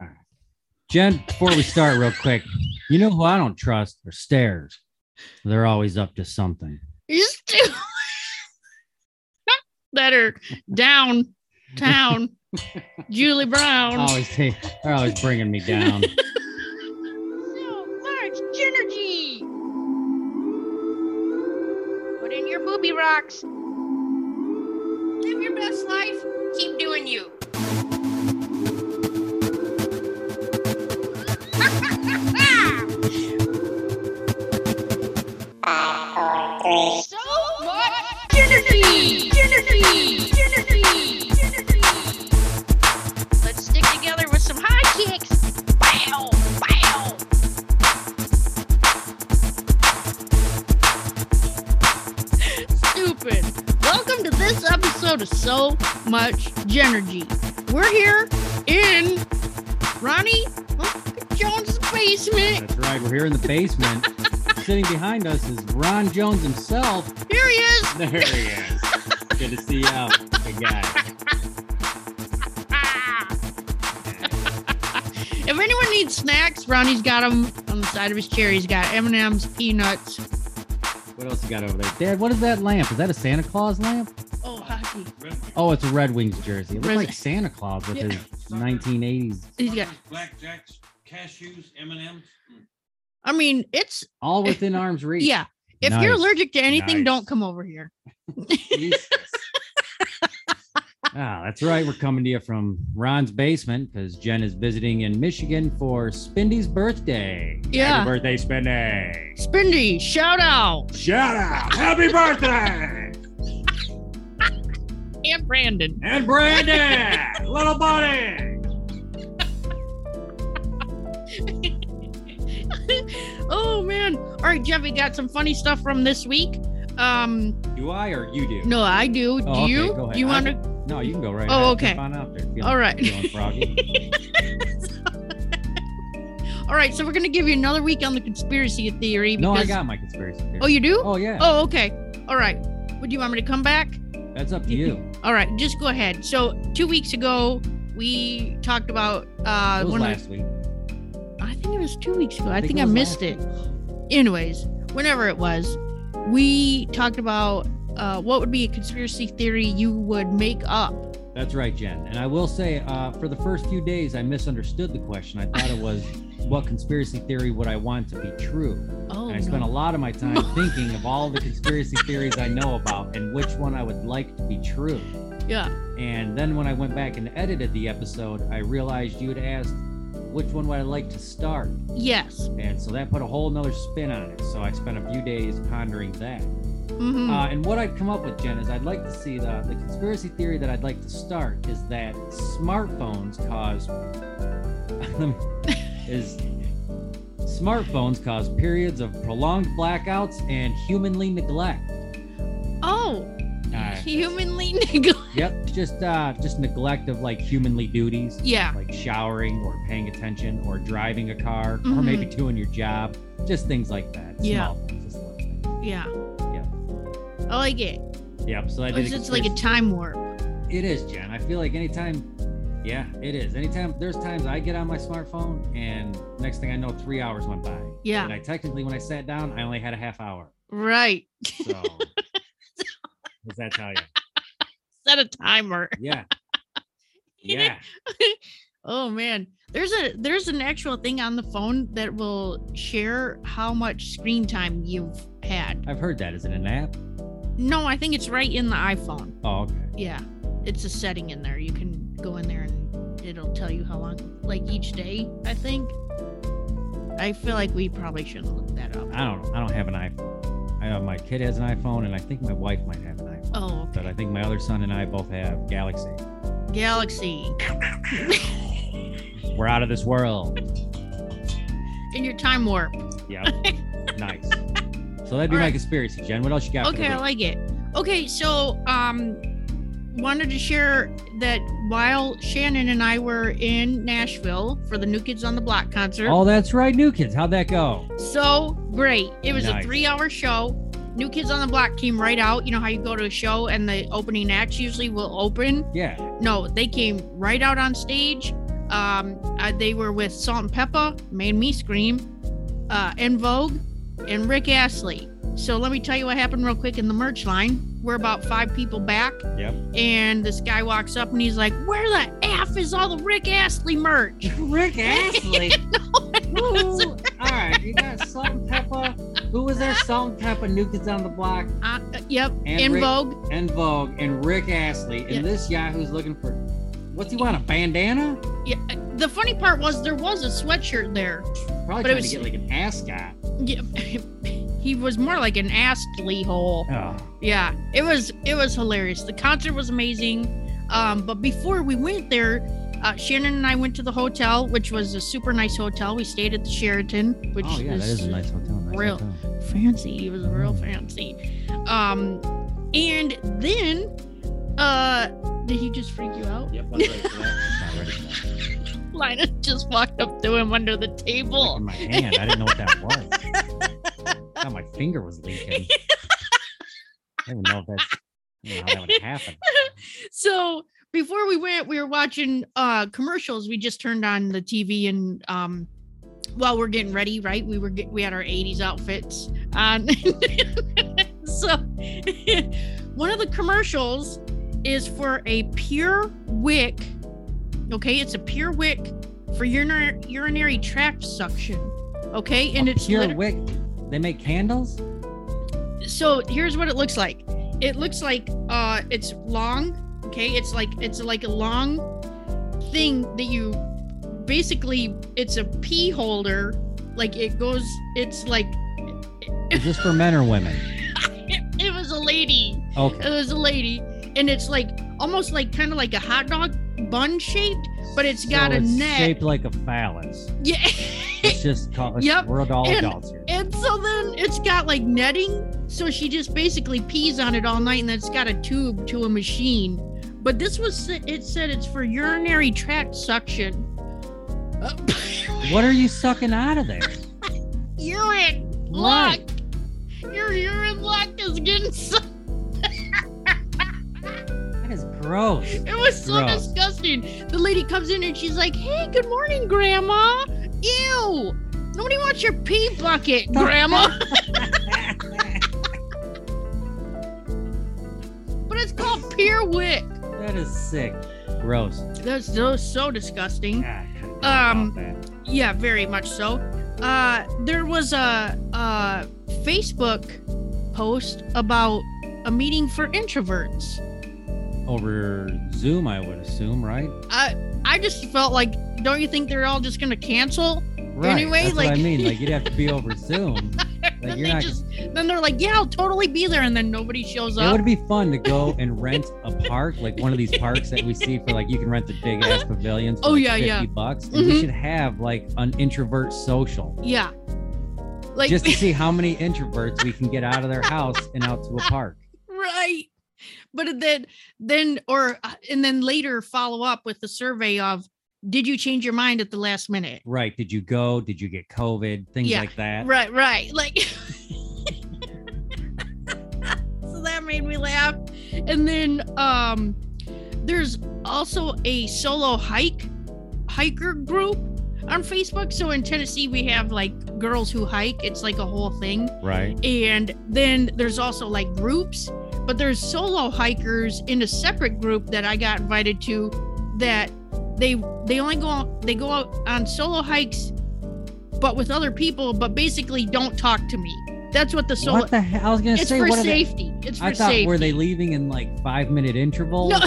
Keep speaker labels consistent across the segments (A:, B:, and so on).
A: Right. Jen, before we start, real quick, you know who I don't trust are stairs. They're always up to something.
B: You still that are downtown. Julie Brown.
A: Always, take, they're always bringing me down.
B: So much energy.
C: Put in your booby rocks. Live your best life. Keep doing you. so much energy. Energy. Energy. Energy. Let's stick together with some high kicks. Wow. Wow.
B: Stupid. Welcome to this episode of So Much Genergy. We're here in Ronnie Jones' basement.
A: That's right. We're here in the basement. Sitting behind us is Ron Jones himself.
B: Here he is.
A: There he is. Good to see you out, big guy.
B: Ah. if anyone needs snacks, Ronnie's got them on the side of his chair. He's got M&M's, peanuts.
A: What else you got over there? Dad, what is that lamp? Is that a Santa Claus lamp?
B: Oh, hockey.
A: Oh, it's a Red Wings jersey. It looks
B: Red-
A: like Santa Claus with
B: Yeah.
A: his 1980s.
B: He's got-
D: Black Jacks, cashews, M and M's.
B: I mean, it's
A: All within arm's reach.
B: yeah. If you're
A: Nice.
B: allergic to anything,
A: Nice.
B: don't come over here.
A: Jesus. ah, that's right. We're coming to you from Ron's basement because Jen is visiting in Michigan for Spindy's birthday.
B: Yeah.
A: Happy birthday, Spindy.
B: Spindy, shout out.
A: Shout out. Happy birthday.
B: And Brandon.
A: And Brandon, little buddy.
B: oh man. All right, Jeff, we got some funny stuff from this week. Um,
A: Do I or you do?
B: no, I do. Do
A: Oh, okay,
B: you?
A: go ahead.
B: Do you
A: I-
B: want to
A: No, you can go right
B: Oh,
A: ahead.
B: okay.
A: Keep on out there. Feeling-
B: All right.
A: Feeling froggy.
B: All right, so we're gonna give you another week on the conspiracy theory.
A: no, I
B: because-
A: got my conspiracy theory.
B: Oh, you do?
A: Oh, yeah.
B: Oh, okay. All right. Would you want me to come back?
A: That's up to you.
B: All right, just go ahead. So two weeks ago, we talked about uh,
A: it was
B: one. of-
A: last week.
B: I think it was two weeks ago. I,
A: think
B: think,
A: it
B: I
A: was
B: missed
A: last
B: it. Anyways, whenever it was, we talked about uh, what would be a conspiracy theory you would make up.
A: That's right, Jen. And I will say, uh, for the first few days, I misunderstood the question. I thought it was, what conspiracy theory would I want to be true?
B: Oh,
A: And I spent a
B: no.
A: lot of my time thinking of all the conspiracy theories I know about and which one I would like to be true.
B: yeah.
A: And then when I went back and edited the episode, I realized you had asked, which one would I like to start?
B: Yes.
A: And so that put a whole nother spin on it. So I spent a few days pondering that.
B: hmm
A: Uh, and what I'd come up with, Jen, is I'd like to see the, the conspiracy theory that I'd like to start is that smartphones cause is smartphones cause periods of prolonged blackouts and humanly neglect.
B: oh,
A: Uh,
B: humanly neglect.
A: yep, just uh, just neglect of like humanly duties,
B: Yeah.
A: like showering or paying attention or driving a car or maybe doing your job, just things like that.
B: Mm-hmm. Yeah.
A: Small things, just little things.
B: Yeah. I like it.
A: Yep. So I did.
B: It's just like a
A: conspiracy-
B: time warp.
A: It is, Jen. I feel like anytime, yeah, it is. Anytime there's times I get on my smartphone and next thing I know, three hours went by.
B: Yeah.
A: And I technically, when I sat down, I only had a half hour.
B: Right.
A: So, does that tell you?
B: Set a timer.
A: Yeah. Yeah.
B: Oh man, there's a there's an actual thing on the phone that will share how much screen time you've had.
A: I've heard that. Is it an app?
B: No, I think it's right in the iPhone.
A: Oh, okay.
B: Yeah, it's a setting in there. You can go in there and it'll tell you how long, like each day. I think. I feel like we probably shouldn't look that up.
A: I don't know. I don't have an iPhone. I know my kid has an iPhone, and I think my wife might have an iPhone.
B: Oh,
A: But I think my other son and I both have Galaxy.
B: Galaxy,
A: We're out of this world.
B: in your time warp.
A: Yep. nice. So that'd be
B: All
A: my
B: right.
A: conspiracy, Jen. What else you got? for the
B: Okay, I
A: week?
B: like it. Okay, so um wanted to share that while Shannon and I were in Nashville for the New Kids on the Block concert.
A: Oh, that's right, New Kids. How'd that go?
B: So great. It was
A: Nice.
B: a 3-hour show. New Kids on the Block came right out. You know how you go to a show and the opening acts usually will open?
A: Yeah.
B: No, they came right out on stage. Um, uh, they were with Salt and Pepper, made me scream, uh, En Vogue, and Rick Astley. So let me tell you what happened real quick in the merch line. We're about five people back.
A: Yep.
B: And this guy walks up and he's like, Where the F is all the Rick Astley merch?
A: Rick Astley. Woo. All right, you got Salt and Pepper. Who was there? Salt and Pepper, New Kids on the Block,
B: Uh, uh, yep.
A: And
B: en
A: Rick-
B: Vogue.
A: and Vogue, and Rick Astley. And
B: Yeah.
A: this Yahoo's looking for what's he want? A bandana?
B: Yeah. The funny part was there was a sweatshirt there.
A: Probably
B: But it
A: trying
B: was-
A: to get like an ascot.
B: Yeah. he was more like an Astley hole.
A: Oh,
B: yeah it was it was hilarious the concert was amazing um but before we went there uh, shannon and i went to the hotel which was a super nice hotel we stayed at the sheraton which
A: oh yeah, that is a nice hotel. Nice
B: real.
A: hotel.
B: fancy it was real fancy um and then uh did he just freak you out
A: Yep, I'm ready for that. I'm not ready for that.
B: lina just walked up to him under the
A: Like
B: table
A: in my hand, I didn't know what that was. Thought my finger was leaking. I don't even know if that's I don't know how that would happen.
B: so before we went, we were watching uh commercials. We just turned on the TV and um while we're getting ready, right? We were get, we had our 80s outfits on. so one of the commercials is for a pure wick. Okay, it's a pure wick for urinary, urinary tract suction. Okay, and
A: A
B: it's
A: pure
B: liter-
A: wick. They make candles.
B: so here's what it looks like it looks like uh it's long okay it's like it's like a long thing that you basically it's a pee holder like it goes it's like
A: Is this for men or women?
B: it, it was a lady it
A: Okay.
B: was a lady and it's like almost like kind of like a hot dog bun shaped but it's got
A: So
B: a
A: it's
B: neck
A: shaped like a phallus.
B: yeah
A: It's just called. it's-
B: Yep,
A: We're all
B: and-
A: adults here.
B: And so then it's got like netting. So she just basically pees on it all night and then it's got a tube to a machine. But this was, it said it's for urinary tract suction. Uh,
A: What are you sucking out of there?
B: urine luck.
A: Right.
B: Your urine luck is getting sucked.
A: That is gross.
B: It was so
A: Gross.
B: disgusting. The lady comes in and she's like, hey, good morning, Grandma. Ew. Nobody wants your pee bucket, Grandma. but it's called Pier Wick.
A: That is sick. Gross.
B: That's so so disgusting.
A: Ah, couldn't think
B: Um,
A: about that.
B: Yeah, very much so. Uh, there was a, a Facebook post about a meeting for introverts.
A: over Zoom, I would assume, right?
B: I I just felt like, don't you think they're all just gonna cancel?
A: Right.
B: Anyway,
A: that's what I
B: like-
A: mean. Like you'd have to be over Zoom. Like,
B: then
A: you're
B: they
A: not-
B: just then they're like, yeah, I'll totally be there, and then nobody shows
A: It
B: up.
A: would be fun to go and rent a park, like one of these parks that we see for like you can rent the big ass pavilions. For
B: Oh,
A: like
B: yeah,
A: 50
B: yeah.
A: bucks. And
B: Mhm.
A: We should have like an introvert social.
B: Yeah, like
A: just to see how many introverts we can get out of their house and out to a park.
B: right but then then or uh, and then later follow up with the survey of did you change your mind at the last minute
A: Right. Did you go? Did you get COVID? Things
B: Yeah,
A: like that.
B: right right like so that made me laugh and then um there's also a solo hike hiker group on facebook so in tennessee we have like girls who hike it's like a whole thing
A: Right.
B: and then there's also like groups but there's solo hikers in a separate group that i got invited to that they they only go out they go out on solo hikes but with other people but basically don't talk to me that's what the solo
A: what the hell? I was gonna
B: it's
A: say
B: for
A: what are they?
B: safety it's for
A: I thought
B: safety
A: were they leaving in like five minute intervals?
B: no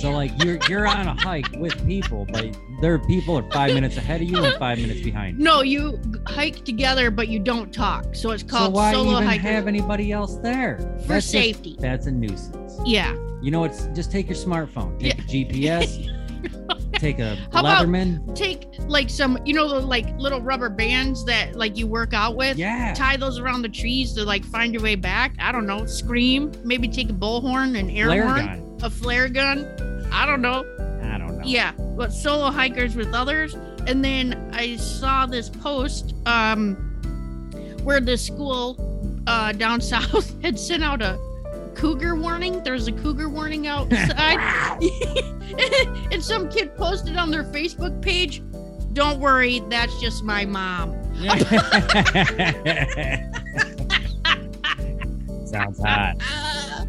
A: So like you're you're on a hike with people, but their people are five minutes ahead of you and five minutes behind. you.
B: no you hike together but you don't talk so it's
A: So
B: called
A: why
B: solo
A: even
B: hiker
A: have anybody else there?
B: for
A: That's just-
B: safety
A: that's a nuisance.
B: yeah
A: You know, it's just take your smartphone, take a GPS, take a
B: How about-
A: Leatherman.
B: take like some you know the like little rubber bands that like you work out with
A: Yeah.
B: tie those around the trees to like find your way back. I don't know. Scream. Maybe take a bullhorn, an air
A: Flare
B: horn,
A: gun.
B: a flare gun. I don't know.
A: I don't know.
B: Yeah, but solo hikers with others. And then I saw this post um, where this school uh, down south had sent out a cougar warning. There's a cougar warning outside. and some kid posted on their Facebook page, Don't worry, that's just my mom.
A: Sounds hot.
B: Uh,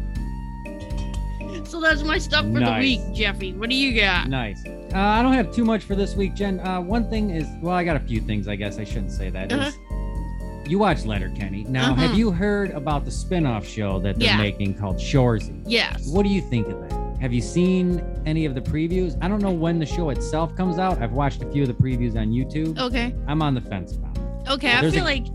B: so that's my stuff for
A: Nice.
B: the week, Jeffy. What do you got?
A: Nice. Uh, I don't have too much for this week, Jen. Uh, one thing is, well, I got a few things. I guess I shouldn't say that. is-
B: Uh-huh.
A: you watch Letter Kenny. Now,
B: Uh-huh.
A: have you heard about the spin-off show that they're
B: Yeah.
A: making called Shoresy?
B: Yes.
A: What do you think of that? Have you seen any of the previews? I don't know when the show itself comes out. I've watched a few of the previews on YouTube.
B: Okay.
A: I'm on the fence about it.
B: Okay.
A: Yeah,
B: I
A: there's
B: feel
A: a-
B: like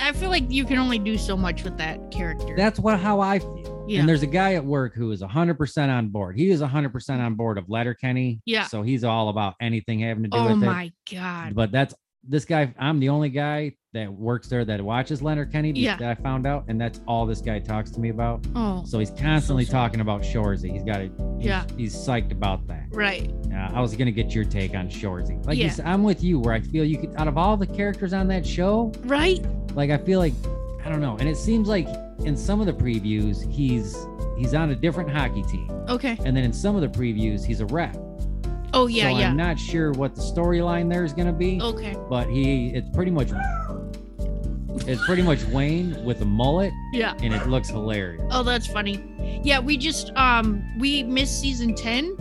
B: I feel like you can only do so much with that character.
A: That's what how I feel.
B: Yeah.
A: And there's a guy at work who is 100% on board. He is 100% on board of Letter Kenny.
B: Yeah.
A: So he's all about anything having to do
B: oh
A: with it.
B: my god.
A: but that's this guy. I'm the only guy that works there that watches Leonard Kenny
B: Yeah.
A: that I found out, and that's all this guy talks to me about.
B: Oh.
A: So he's constantly
B: sorry.
A: talking about Shorzy. He's got it.
B: Yeah.
A: He's psyched about that.
B: Right.
A: Uh, I was gonna get your take on Shorzy. Like you
B: Yeah.
A: said, I'm with you, where I feel you could out of all the characters on that show,
B: Right.
A: like I feel like I don't know, and it seems like in some of the previews he's he's on a different hockey team,
B: Okay.
A: and then in some of the previews he's a rep.
B: Oh yeah.
A: so
B: yeah. Oh.
A: I'm not sure what the storyline there is gonna be
B: okay.
A: but he it's pretty much it's pretty much Wayne with a mullet
B: Yeah.
A: and it looks hilarious.
B: Oh, that's funny. Yeah, we just um we missed season ten,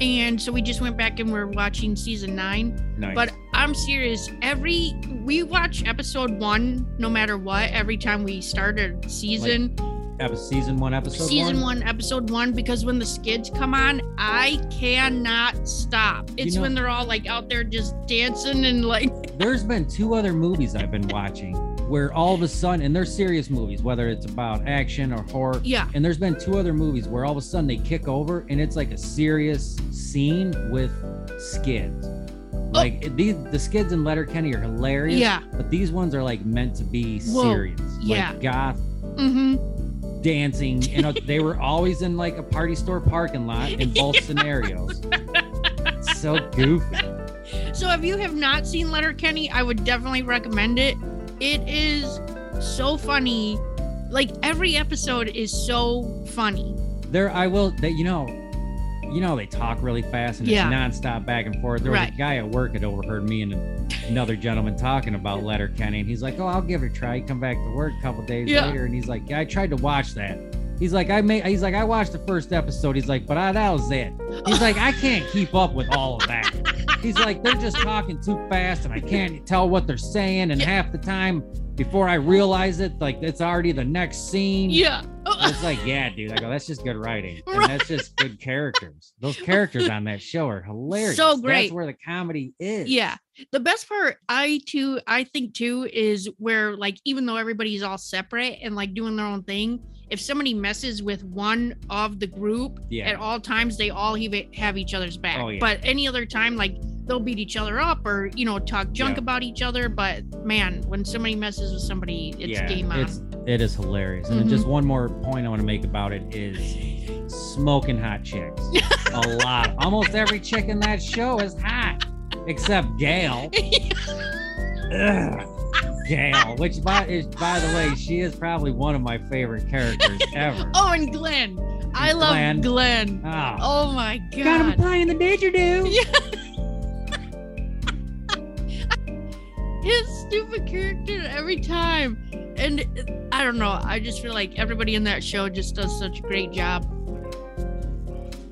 B: and so we just went back and we're watching season nine.
A: Nice.
B: But I'm serious. Every we watch episode one, no matter what. Every time we start a season,
A: Ep- season one, episode
B: season one? episode one, because when the skids come on, I cannot stop. It's
A: know-
B: when they're all like out there just dancing and like
A: There's been two other movies I've been watching where all of a sudden, and they're serious movies, whether it's about action or horror.
B: yeah,
A: And there's been two other movies where all of a sudden they kick over and it's like a serious scene with skids. Like these, the skids in Letterkenny are hilarious.
B: Oh. yeah,
A: But these ones are like meant to be
B: Whoa,
A: serious.
B: yeah.
A: Like goth
B: mm-hmm,
A: dancing and they were always in like a party store parking lot in both scenarios so goofy
B: So if you have not seen Letterkenny, I would definitely recommend it. It is so funny. Like every episode is so funny.
A: there i will that you know you know they talk really fast and
B: Yeah.
A: it's nonstop back and forth there was a
B: Right.
A: guy at work that overheard me and another gentleman talking about letter kenny and he's like oh i'll give it a try He come back to work a couple days
B: Yeah.
A: later and he's like yeah, i tried to watch that He's like, I made. He's like, I watched the first episode. He's like, but I, that was it. He's like, I can't keep up with all of that. He's like, they're just talking too fast, and I can't tell what they're saying. And
B: Yeah.
A: half the time, before I realize it, like it's already the next scene.
B: Yeah.
A: It's like, yeah, dude. I go, that's just good writing.
B: Right.
A: And that's just good characters. Those characters on that show are hilarious.
B: So great.
A: That's where the comedy is.
B: Yeah. The best part I too I think too is where like even though everybody's all separate and like doing their own thing, if somebody messes with one of the group
A: Yeah.
B: at all times, they all have, e, have each other's back.
A: Oh, yeah.
B: But any other time like they'll beat each other up or you know talk junk
A: Yeah.
B: about each other, but man, when somebody messes with somebody, it's
A: yeah,
B: game on.
A: It's it is hilarious. And then
B: Mhm.
A: just one more point I want to make about it is smoking hot chicks. a lot. Almost every chick in that show is hot, except Gail. Ugh, Gail, which by is by the way, she is probably one of my favorite characters ever.
B: Oh, and Glenn. I love
A: Glenn.
B: Glenn.
A: Ah.
B: Oh my god.
A: Got him playing the didgeridoo.
B: Yeah. his stupid character every time. And I don't know. I just feel like everybody in that show just does such a great job.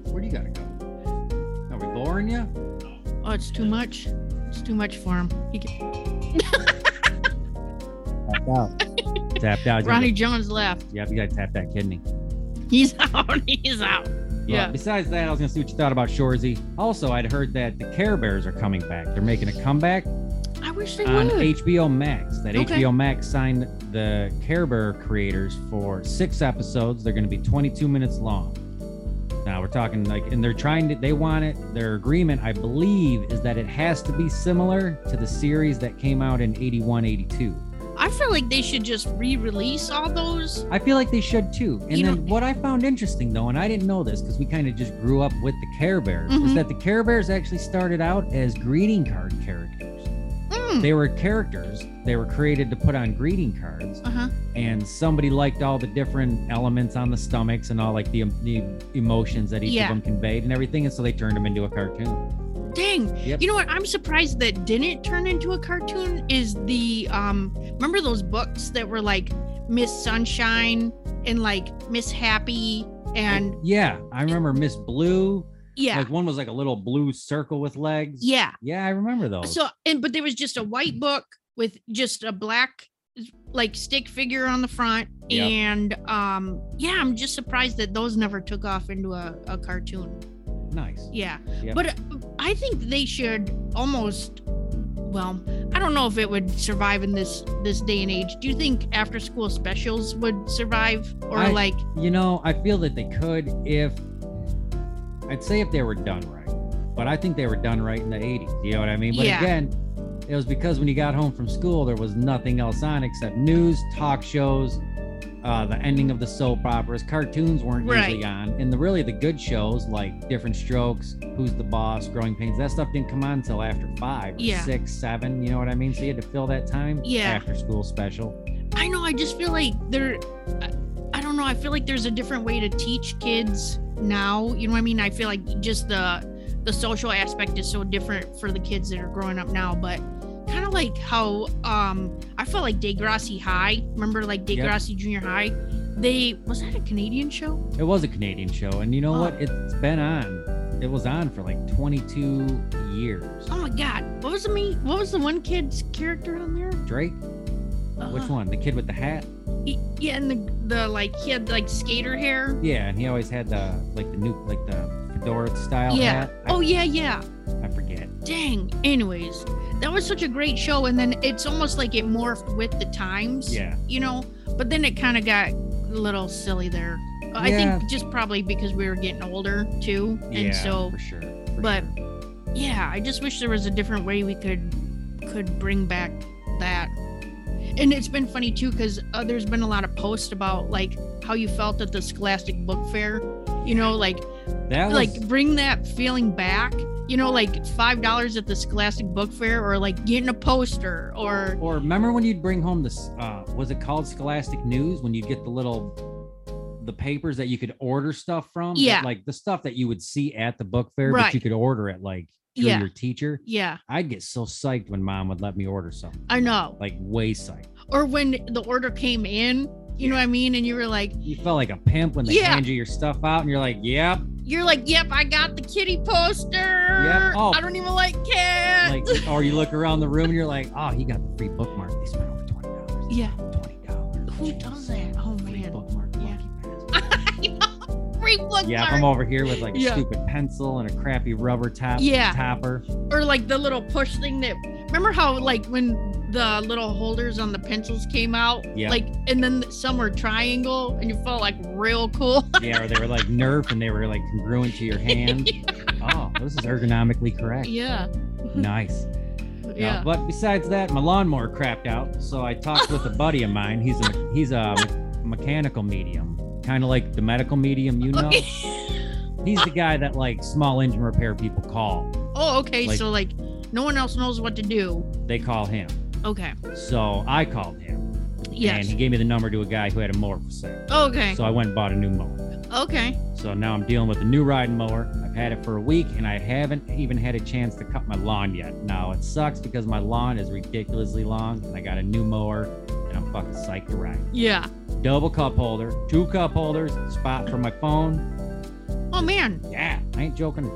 A: Where do you gotta go? Are we boring you?
B: Oh, it's too much. It's too much for him. He get-
A: Tapped out. tapped out.
B: Ronnie Jones left.
A: Yep, you gotta tap that kidney.
B: He's out. He's out.
A: Yeah.
B: Yeah.
A: besides that, I was gonna see what you thought about Shorzy. Also, I'd heard that the Care Bears are coming back. They're making a comeback
B: I wish they
A: on
B: would.
A: HBO Max. That
B: Okay.
A: HBO Max signed the Care Bear creators for six episodes. They're gonna be 22 minutes long. Now we're talking like, and they're trying to. They want it. Their agreement, I believe, is that it has to be similar to the series that came out in 81, 82.
B: I feel like they should just re-release all those.
A: I feel like they should too. And
B: You know-
A: then what I found interesting though, and I didn't know this because we kind of just grew up with the Care Bears, is
B: Mhm.
A: that the Care Bears actually started out as greeting card characters.
B: Hmm.
A: They were characters. They were created to put on greeting cards,
B: Uh-huh.
A: and somebody liked all the different elements on the stomachs and all like the, the emotions that each
B: Yeah.
A: of them conveyed and everything, and so they turned them into a cartoon.
B: Dang.
A: Yep.
B: You know what? I'm surprised that didn't turn into a cartoon is the um remember those books that were like Miss Sunshine and like Miss Happy and
A: yeah, I remember Miss Blue.
B: yeah.
A: Like one was like a little blue circle with legs.
B: yeah.
A: Yeah, I remember those.
B: So and but there was just a white book with just a black like stick figure on the front
A: Yep.
B: and um yeah, I'm just surprised that those never took off into a, a cartoon.
A: nice.
B: Yeah.
A: Yep.
B: But uh, I think they should almost well, I don't know if it would survive in this this day and age. Do you think after school specials would survive or
A: I-
B: like
A: You know, I feel that they could if I'd say if they were done right, but I think they were done right in the 80s. You know what I mean? But
B: Yeah.
A: again, it was because when you got home from school, there was nothing else on except news, talk shows, uh, the ending of the soap operas. Cartoons weren't
B: Right.
A: usually on, and the really the good shows like Different Strokes, Who's the Boss, Growing Pains, that stuff didn't come on until after five, or
B: Yeah.
A: six, seven. You know what I mean? So you had to fill that time
B: Yeah.
A: after school special.
B: I know I just feel like there I, I don't know, I feel like there's a different way to teach kids now. You know what I mean? I feel like just the the social aspect is so different for the kids that are growing up now, but kind of like how um I felt like Degrassi High, remember like
A: Yep.
B: Degrassi Junior High? They was that a Canadian show?
A: It was a Canadian show, and you know
B: Oh.
A: what? It's been on. It was on for like 22 years.
B: Oh my god. What was the me what was the one kid's character on there? Uh,
A: Drake,
B: Ah.
A: which one? The kid with the hat?
B: He, yeah, and the the like he had like skater hair.
A: Yeah, and he always had the like the new like the fedora style
B: yeah.
A: hat. I,
B: Oh yeah, yeah.
A: I forget.
B: Dang. Anyways, that was such a great show and then it's almost like it morphed with the times.
A: Yeah,
B: You know? But then it kinda got a little silly there. I
A: Yeah.
B: think just probably because we were getting older too.
A: yeah,
B: And so
A: for sure. for
B: but-
A: sure.
B: yeah i just wish there was a different way we could could bring back that and it's been funny too because uh, there's been a lot of posts about like how you felt at the scholastic book fair you know like
A: that was
B: like bring that feeling back you know like five dollars at the scholastic book fair or like getting a poster or
A: Or remember when you'd bring home this? Uh, was it called Scholastic News? When you'd get the little, the papers that you could order stuff from. that,
B: Yeah.
A: like the stuff that you would see at the book fair,
B: Right.
A: but you could order it like through
B: Yeah.
A: your teacher.
B: yeah
A: I'd get so psyched when mom would let me order something,
B: i know
A: like way psyched.
B: or when the order came in you know what i mean and you were like
A: You felt like a pimp when they
B: Yeah.
A: hand you your stuff out, and you're like, "Yep."
B: you're like yep i got the kitty poster
A: Oh.
B: i don't even like cats
A: Like, or you look around the room and you're like, "Oh, he got the free bookmark. They spent over twenty dollars."
B: Yeah.
A: twenty dollars.
B: Who does that? Oh
A: Free
B: man.
A: bookmark.
B: Yeah.
A: Lucky pass.
B: Free bookmark.
A: Yeah, if I'm over here with like a
B: Yeah.
A: stupid pencil and a crappy rubber top
B: Yeah.
A: topper.
B: or like the little push thing that remember how like when the little holders on the pencils came out?
A: Yeah.
B: Like and then some were triangle and you felt like real cool.
A: Yeah, or they were like Nerf and they were like congruent to your hand. Oh, this is ergonomically correct.
B: yeah.
A: Nice. Yeah.
B: Yeah.
A: but besides that, my lawnmower crapped out. So I talked with a buddy of mine. He's a he's a mechanical medium, kind of like the medical medium, you know.
B: Okay.
A: He's the guy that like small engine repair people call.
B: Oh, okay.
A: Like-
B: so like no one else knows what to do.
A: They call him.
B: Okay.
A: So I called him, and
B: Yes.
A: he gave me the number to a guy who had a mower for sale.
B: okay.
A: So I went and bought a new mower.
B: okay.
A: So now I'm dealing with a new riding mower. I've had it for a week and I haven't even had a chance to cut my lawn yet. Now it sucks because my lawn is ridiculously long and I got a new mower and I'm fucking psyched to ride.
B: Yeah.
A: Double cup holder, two cup holders, spot for my phone.
B: Oh man.
A: Yeah, I ain't joking.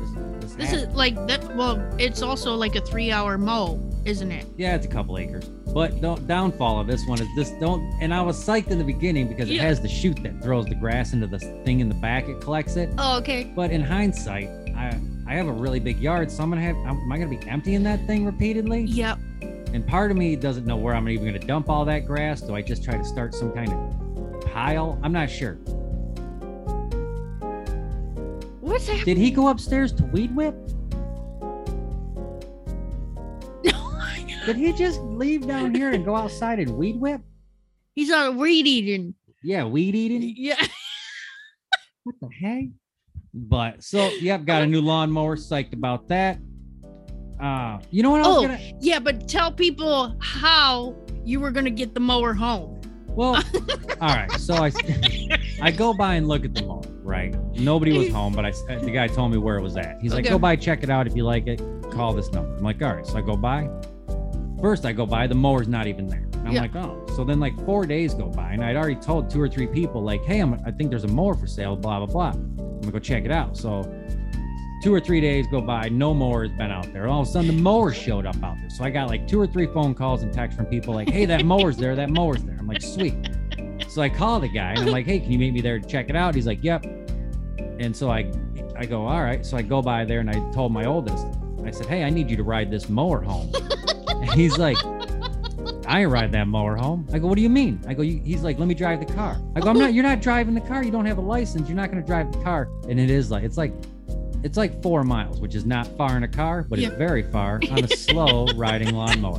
A: This, this
B: This
A: hat-
B: is like that well, it's also like a three hour mow, isn't it?
A: yeah, it's a couple acres. But the downfall of this one is this don't. And I was psyched in the beginning because it
B: Yeah.
A: has the chute that throws the grass into the thing in the back. It collects it.
B: Oh, okay.
A: But in hindsight, I I have a really big yard, so I'm gonna have am I gonna be emptying that thing repeatedly?
B: Yep.
A: And part of me doesn't know where I'm even gonna dump all that grass. Do I just try to start some kind of pile? I'm not sure.
B: What's happening?
A: Did he go upstairs to weed whip? Did he just leave down here and go outside and weed whip?
B: He's on weed eating.
A: Yeah, weed eating.
B: Yeah.
A: What the heck? But so, yep, got a new lawnmower. Psyched about that. Uh, you know what? I was
B: Oh.
A: gonna,
B: Yeah, but tell people how you were gonna get the mower home.
A: well, all right. So I, I go by and look at the mall. Right. Nobody was home, but I s- the guy told me where it was at. He's like,
B: Okay.
A: go by, check it out. If you like it, call this number. I'm like, all right. So I go by. First, I go by. The mower's not even there. And I'm
B: Yeah.
A: like, oh. So then, like four days go by, and I'd already told two or three people, like, hey, I'm, I think there's a mower for sale. Blah blah blah. I'm gonna go check it out. So two or three days go by, no mower has been out there. All of a sudden, the mower showed up out there. So I got like two or three phone calls and texts from people like, hey, that mower's there, that mower's there. I'm like, sweet. So I call the guy and I'm like, hey, can you meet me there to check it out? He's like, yep. And so I, I go, all right. So I go by there and I told my oldest, I said, hey, I need you to ride this mower home. and he's like, I ain't ride that mower home. I go, what do you mean? I go, you, he's like, let me drive the car. I go, I'm not, you're not driving the car. You don't have a license. You're not going to drive the car. And it is like, it's like, it's like four miles, which is not far in a car, but it's very far on a slow riding lawnmower.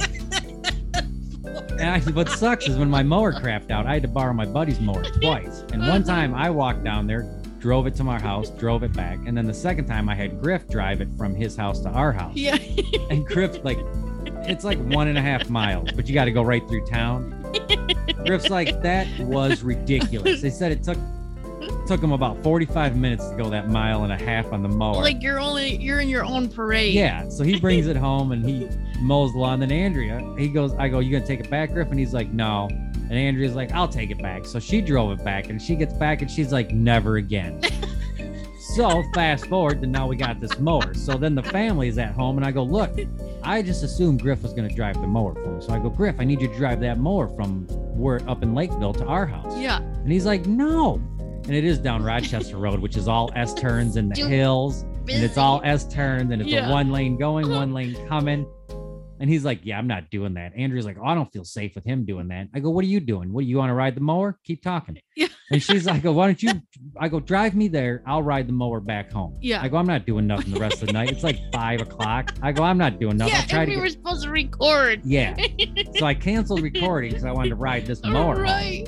A: And I, what sucks is when my mower crapped out, I had to borrow my buddy's mower twice. And one time I walked down there, drove it to my house, drove it back. And then the second time I had Griff drive it from his house to our house.
B: Yeah.
A: And Griff, like, it's like one and a half miles, but you got to go right through town. Griff's like, that was ridiculous. They said it took took him about 45 minutes to go that mile and a half on the mower.
B: Like you're only you're in your own parade.
A: Yeah. So he brings it home and he mows the lawn. Then Andrea, he goes, I go, you gonna take it back, Griff? And he's like, no. And Andrea's like, I'll take it back. So she drove it back and she gets back and she's like, never again. so fast forward to now we got this mower. So then the family's at home and I go, look, I just assumed Griff was gonna drive the mower for me. So I go, Griff, I need you to drive that mower from where up in Lakeville to our house.
B: Yeah.
A: And he's like, no. And it is down Rochester Road, which is all S turns and the
C: Dude.
A: hills and it's all S turns and it's
B: Yeah.
A: a one lane going, one lane coming. And he's like, Yeah, I'm not doing that. Andrew's like, oh, I don't feel safe with him doing that. I go, What are you doing? What you want to ride the mower? Keep talking.
B: Yeah.
A: And she's like, Why don't you? I go, Drive me there. I'll ride the mower back home.
B: Yeah.
A: I go, I'm not doing nothing the rest of the night. It's like five o'clock. I go, I'm not doing nothing.
C: yeah,
A: I try
C: and
A: to
C: we
A: get-
C: were supposed to record.
A: yeah. So I canceled recording because I wanted to ride this mower.
B: All
A: home.
B: right.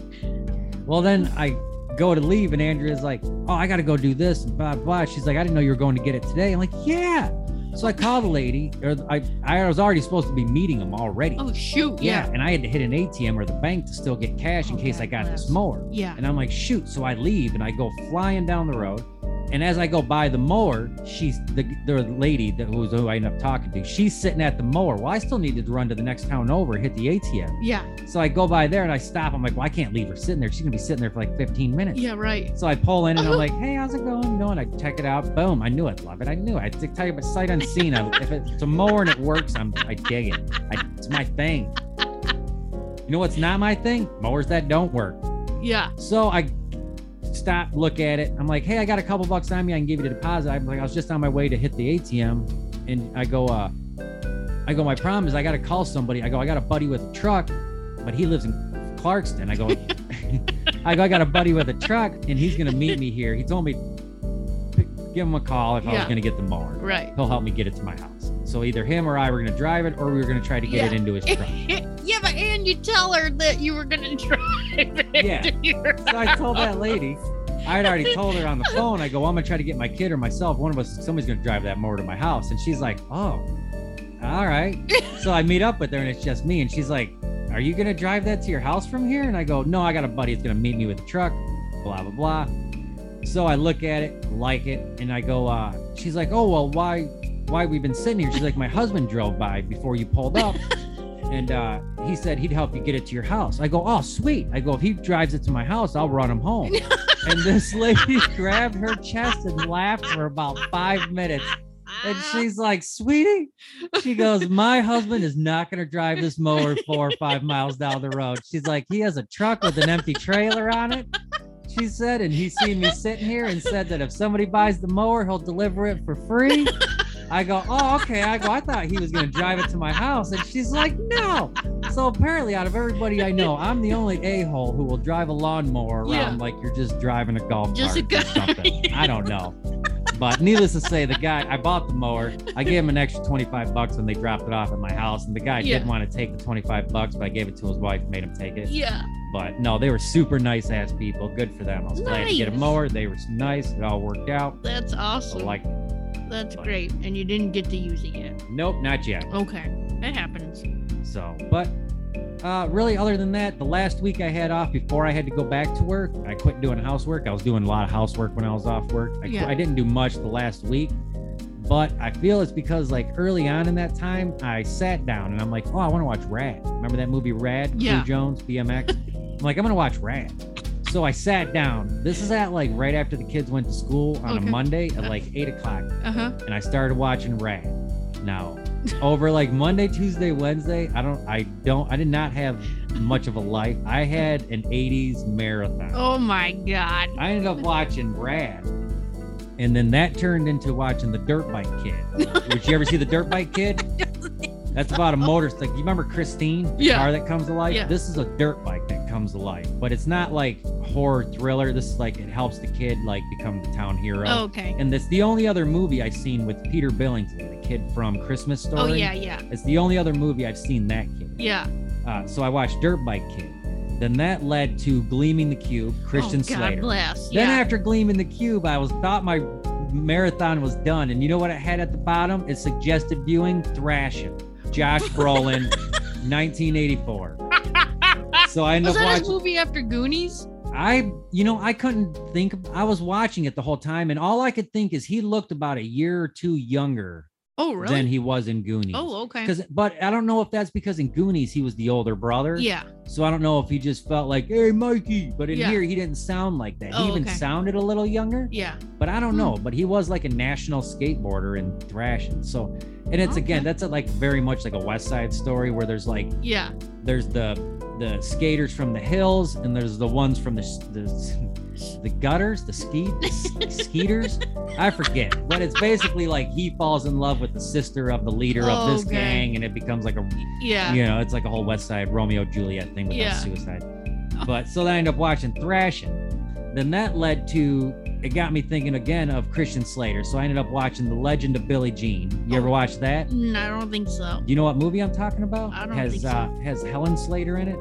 A: Well, then I go to leave, and Andrea's like, "Oh, I got to go do this." And blah blah. She's like, "I didn't know you were going to get it today." I'm like, "Yeah." So I call the lady, or I I was already supposed to be meeting them already.
B: Oh shoot. Yeah.
A: and I had to hit an ATM or the bank to still get cash in
B: Oh,
A: case I
B: God
A: got
B: bless.
A: this mower.
B: Yeah.
A: And I'm like, "Shoot!" So I leave, and I go flying down the road. And as I go by the mower, she's the the lady that who's who I end up talking to. She's sitting at the mower. Well, I still needed to run to the next town over, hit the ATM.
B: Yeah.
A: So I go by there and I stop. I'm like, well, I can't leave her sitting there. She's gonna be sitting there for like 15 minutes.
B: Yeah. Right.
A: So I pull in and I'm like, hey, how's it going? You know, and I check it out. Boom. I knew I'd love it. I knew it. I t- tell you about sight unseen. I, if it's a mower and it works, I'm I dig it. I, it's my thing. You know what's not my thing? Mowers that don't work.
B: Yeah.
A: So I stop, look at it. I'm like, hey, I got a couple bucks on me. I can give you the deposit. I'm like, I was just on my way to hit the ATM, and I go, uh, I go. My problem is I got to call somebody. I go, I got a buddy with a truck, but he lives in Clarkston. I go, I go, I got a buddy with a truck, and he's gonna meet me here. He told me p- give him a call if I was
B: Yeah.
A: gonna get the mower.
B: Right.
A: He'll help me get it to my house. So either him or I were gonna drive it, or we were gonna try to get it
B: Yeah.
A: into his truck.
B: yeah, but and you tell her that you were gonna drive it.
A: Yeah. so I told that lady, I had already told her on the phone, I go, well, I'm gonna try to get my kid or myself. One of us, somebody's gonna drive that mower to my house. And she's like, oh, all right. So I meet up with her and it's just me. And she's like, are you gonna drive that to your house from here? And I go, no, I got a buddy that's gonna meet me with a truck, blah, blah, blah. So I look at it, like it, and I go, uh, she's like, oh, well, why, why we've been sitting here? She's like, my husband drove by before you pulled up. And uh, he said he'd help you get it to your house. I go, oh, sweet. I go, if he drives it to my house, I'll run him home. and this lady grabbed her chest and laughed for about five minutes. And
B: Ah. Uh,
A: she's like, sweetie, she goes, my husband is not going to drive this mower four or five miles down the road. She's like, he has a truck with an empty trailer on it. She said, and he's seen me sitting here and said that if somebody buys the mower, he'll deliver it for free. I go, oh, okay. I go, I thought he was going to drive it to my house. And she's like, no. So apparently, out of everybody I know, I'm the only a hole who will drive a lawnmower around
B: Yeah.
A: like you're just driving a golf
B: Just a
A: cart or something. I don't know. But needless to say, the guy I bought the mower. I gave him an extra twenty five bucks when they dropped it off at my house, and the guy
B: Yeah.
A: didn't want to take the twenty five bucks, but I gave it to his wife, made him take it.
B: Yeah.
A: But no, they were super nice ass people. Good for them. I was glad to get a
B: Nice.
A: mower. They were nice. It all worked out.
B: That's
A: I
B: awesome.
A: like.
B: that's great. And you didn't get to use it yet.
A: Nope, not yet.
B: Okay, that happens.
A: So, but uh, really, other than that, the last week I had off before I had to go back to work, I quit doing housework. I was doing a lot of housework when I was off work. I,
B: Yeah.
A: I didn't do much the last week, but I feel it's because like early on in that time, I sat down and I'm like, oh, I want to watch Rad. Remember that movie Rad? Lou
B: Yeah.
A: Jones, BMX. I'm like, I'm gonna watch Rad. So I sat down. This is at like right after the kids went to school on
B: Okay.
A: a Monday at like eight o'clock
B: Uh huh.
A: and I started watching Rad. Now, over like Monday, Tuesday, Wednesday, I don't, I don't, I did not have much of a life. I had an 80s marathon.
B: Oh my god.
A: I ended up watching Rad. And then that turned into watching the Dirt Bike Kid. Did you ever see the Dirt Bike Kid? That's about a motorcycle. You remember Christine? The
B: Yeah.
A: Car that comes to life?
B: Yeah.
A: This is a dirt bike that comes to life, but it's not like horror thriller. This is like it helps the kid like become the town hero.
B: Oh, okay.
A: And that's the only other movie I've seen with Peter Billingsley, the kid from Christmas Story.
B: Oh yeah, yeah,
A: It's the only other movie I've seen that kid.
B: yeah.
A: Uh, so I watched Dirt Bike Kid. Then that led to Gleaming the Cube, Christian
B: oh, God
A: Slater.
B: bless.
A: Then
B: Yeah.
A: after Gleaming the Cube, I was thought my marathon was done. And you know what it had at the bottom? It suggested viewing Thrashing, Josh Brolin, 1984. So I ended
B: Was
A: up
B: that his
A: watching.
B: movie after Goonies?
A: I, you know, I couldn't think. I was watching it the whole time, and all I could think is he looked about a year or two younger
B: Oh really?
A: than he was in Goonies.
B: oh okay.
A: Because, but I don't know if that's because in Goonies he was the older brother.
B: Yeah.
A: So I don't know if he just felt like, "Hey, Mikey," but in
B: Yeah.
A: here he didn't sound like that.
B: Oh,
A: he even
B: okay.
A: sounded a little younger.
B: Yeah.
A: But I don't
B: Hmm.
A: know. But he was like a national skateboarder in thrashing. So, and it's again
B: Okay.
A: that's a, like very much like a West Side Story where there's like
B: Yeah.
A: there's the the skaters from the hills and there's the ones from the s- the, s- the gutters the ski the skeeters i forget but it's basically like he falls in love with the sister of the leader of this
B: Oh, Okay.
A: gang and it becomes like a
B: Yeah.
A: you know it's like a whole west side romeo juliet thing without
B: Yeah.
A: suicide but so then i end up watching thrashing then that led to it got me thinking again of christian slater so i ended up watching the legend of billy jean you ever
B: Oh.
A: watch that
B: Mm, I don't think so.
A: do you know what movie i'm talking about
B: I don't
A: has
B: think so.
A: uh has helen slater in it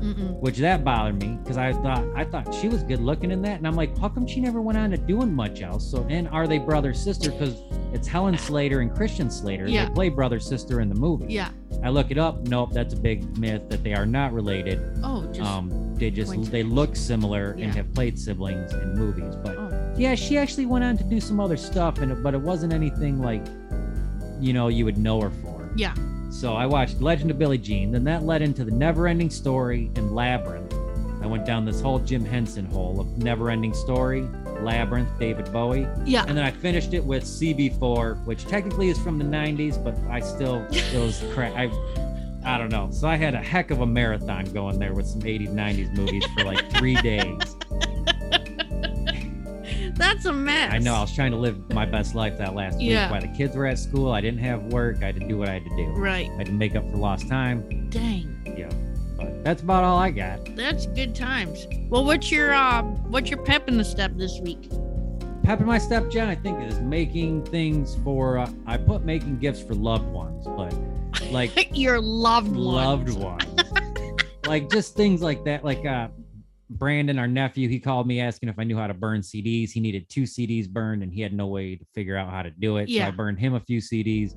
B: Mm-mm.
A: which that bothered me because I thought I thought she was good looking in that, and I'm like, how come she never went on to doing much else? So, and are they brother sister? Because it's Helen Slater and Christian Slater.
B: Yeah.
A: They play brother sister in the movie.
B: Yeah.
A: I look it up. Nope, that's a big myth that they are not related.
B: Oh, just
A: um, they just they
B: coincidence.
A: look similar
B: Yeah.
A: and have played siblings in movies. But
B: Oh.
A: yeah, she actually went on to do some other stuff, and it- but it wasn't anything like you know you would know her for.
B: Yeah.
A: So I watched Legend of Billie Jean, then that led into the Never Ending Story and Labyrinth. I went down this whole Jim Henson hole of Never Ending Story, Labyrinth, David Bowie,
B: yeah.
A: and then I finished it with CB4, which technically is from the 90s, but I still it was crap. I I don't know. So I had a heck of a marathon going there with some 80s, 90s movies for like three days.
B: That's a mess.
A: I know I was trying to live my best life that last week
B: Yeah.
A: while the kids were at school. I didn't have work. I had to do what I had to do.
B: Right.
A: I had to make up for lost time.
B: Dang.
A: Yeah, but that's about all I got.
B: That's good times. Well, what's your uh, what's your pep in the step this week?
A: Pep in my step, Jen, I think is making things for. Uh, I put making gifts for loved ones, but like
B: your loved one.
A: loved ones, like just things like that. Like uh, Brandon, our nephew, he called me asking if I knew how to burn CDs. He needed two CDs burned, and he had no way to figure out how to do it. So
B: Yeah.
A: I burned him a few CDs.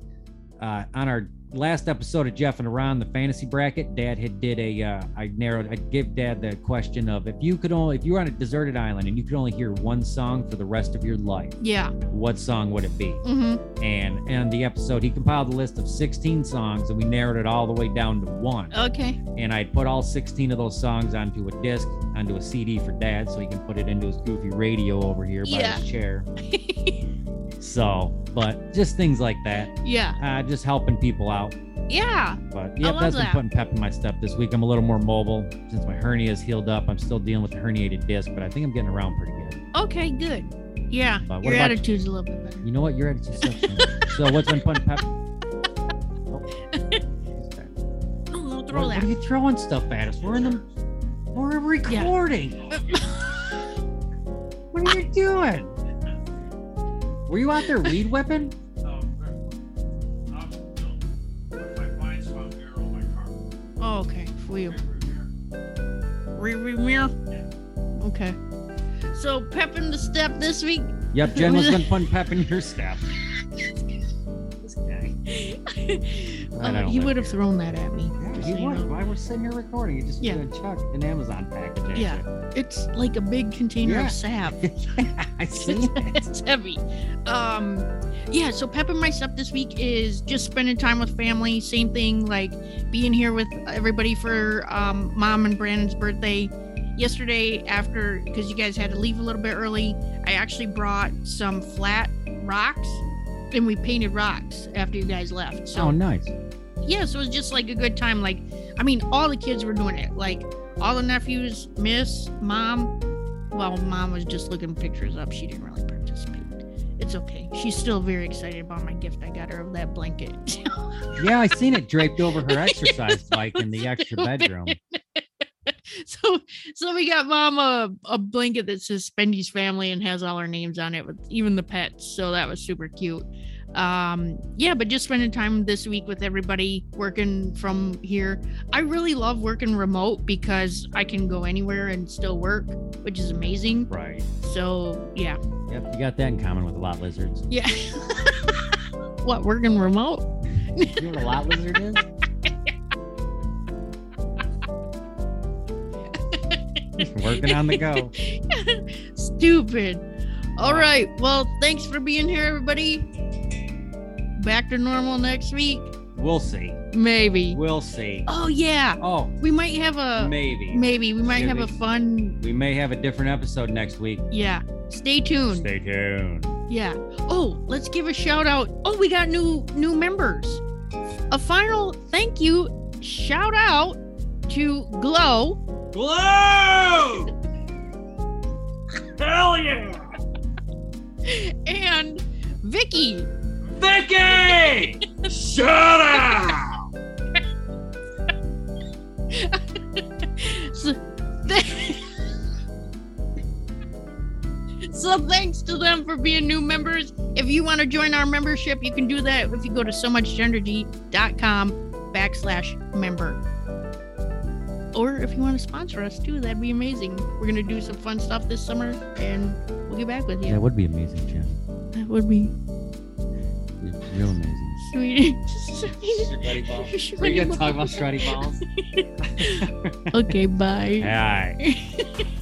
A: Uh, on our last episode of Jeff and Around the Fantasy Bracket, Dad had did a. Uh, I narrowed. I give Dad the question of if you could only if you were on a deserted island and you could only hear one song for the rest of your life,
B: Yeah.
A: what song would it be?
B: hmm
A: And and the episode, he compiled a list of 16 songs, and we narrowed it all the way down to one
B: Okay.
A: and I put all 16 of those songs onto a disc, onto a CD for Dad, so he can put it into his goofy radio over here by
B: Yeah.
A: his chair. so, but just things like that,
B: Yeah.
A: uh, just helping people out.
B: Yeah.
A: But yep,
B: love
A: that's been
B: that.
A: putting pep in my step this week. I'm a little more mobile since my hernia is healed up. I'm still dealing with the herniated disc, but I think I'm getting around pretty good.
B: Okay. Good. Yeah.
A: But Uh, what
B: Your
A: about-
B: attitude's a little bit better.
A: You know what? You're at your stuff. so, what's been putting pep? Oh.
B: Oh, no,
A: What-
B: throw
A: What
B: that.
A: are you throwing stuff at us? We're in the we're recording. what are you doing? Were you out there weed whipping?
D: No, I'm- no. If I find some here on my car,
B: Oh, okay. For you.
D: here, here.
B: Rear view mirror. Okay. So pepping the step this week.
A: Yep, Jen was been fun pepping your step. I
B: Uh,
A: don't
B: he
A: like
B: would have thrown that at me.
A: Yeah,
B: just
A: he
B: so you
A: was.
B: know.
A: Why we're sitting here recording? He just
B: Yeah.
A: yeah. chuck an Amazon package at
B: Yeah. It's like a big container
A: Yeah.
B: of sap.
A: you. I see.
B: it's heavy. Um, yeah, so pepping my step this week is just spending time with family. Same thing, like being here with everybody for um, mom and Brandon's birthday. Yesterday, after because you guys had to leave a little bit early, I actually brought some flat rocks and we painted rocks after you guys left. So
A: Oh, nice.
B: yeah, so it was just like a good time. Like, I mean, all the kids were doing it. Like, all the nephews, Miss, Mom. Well, Mom was just looking pictures up. She didn't really participate. It's okay. She's still very excited about my gift. I got her of that blanket.
A: Yeah, I seen it draped over her exercise bike in the extra
B: Stupid.
A: bedroom.
B: so, so we got Mom a, a blanket that says Spendy's family and has all our names on it with even the pets. So that was super cute. Um, yeah, but just spending time this week with everybody working from here. I really love working remote because I can go anywhere and still work, which is amazing.
A: Right.
B: So yeah,
A: Yep. You got that in common with a lot lizards.
B: yeah. what working remote?
A: You know what a lot lizard is? Just working on the go.
B: Stupid. All right. Well, thanks for being here, everybody. Back to normal next week,
A: We'll see.
B: maybe.
A: We'll see.
B: Oh uh, yeah,
A: Oh,
B: we might have a
A: maybe.
B: maybe we might have a
A: Maybe.
B: fun.
A: We may have a different episode next week.
B: Yeah. Stay tuned.
A: Stay tuned.
B: Yeah. Oh, let's give a shout out. Oh, we got new new members. A final thank you shout out to Glow.
D: Glow! Hell yeah!
B: and Vicky.
D: Vicky! Shut up!
B: So, th- so thanks to them for being new members. If you want to join our membership, you can do that if you go to so muchgendergy.com backslash member. Or if you want to sponsor us too, that'd be amazing. We're gonna do some fun stuff this summer and we'll get back with you.
A: That would be amazing, Jim.
B: That would be
A: It'd be Real amazing.
B: sweet.
D: Shreddy balls.
A: Are you gonna talk about shreddy balls?
B: okay, bye.
A: All right.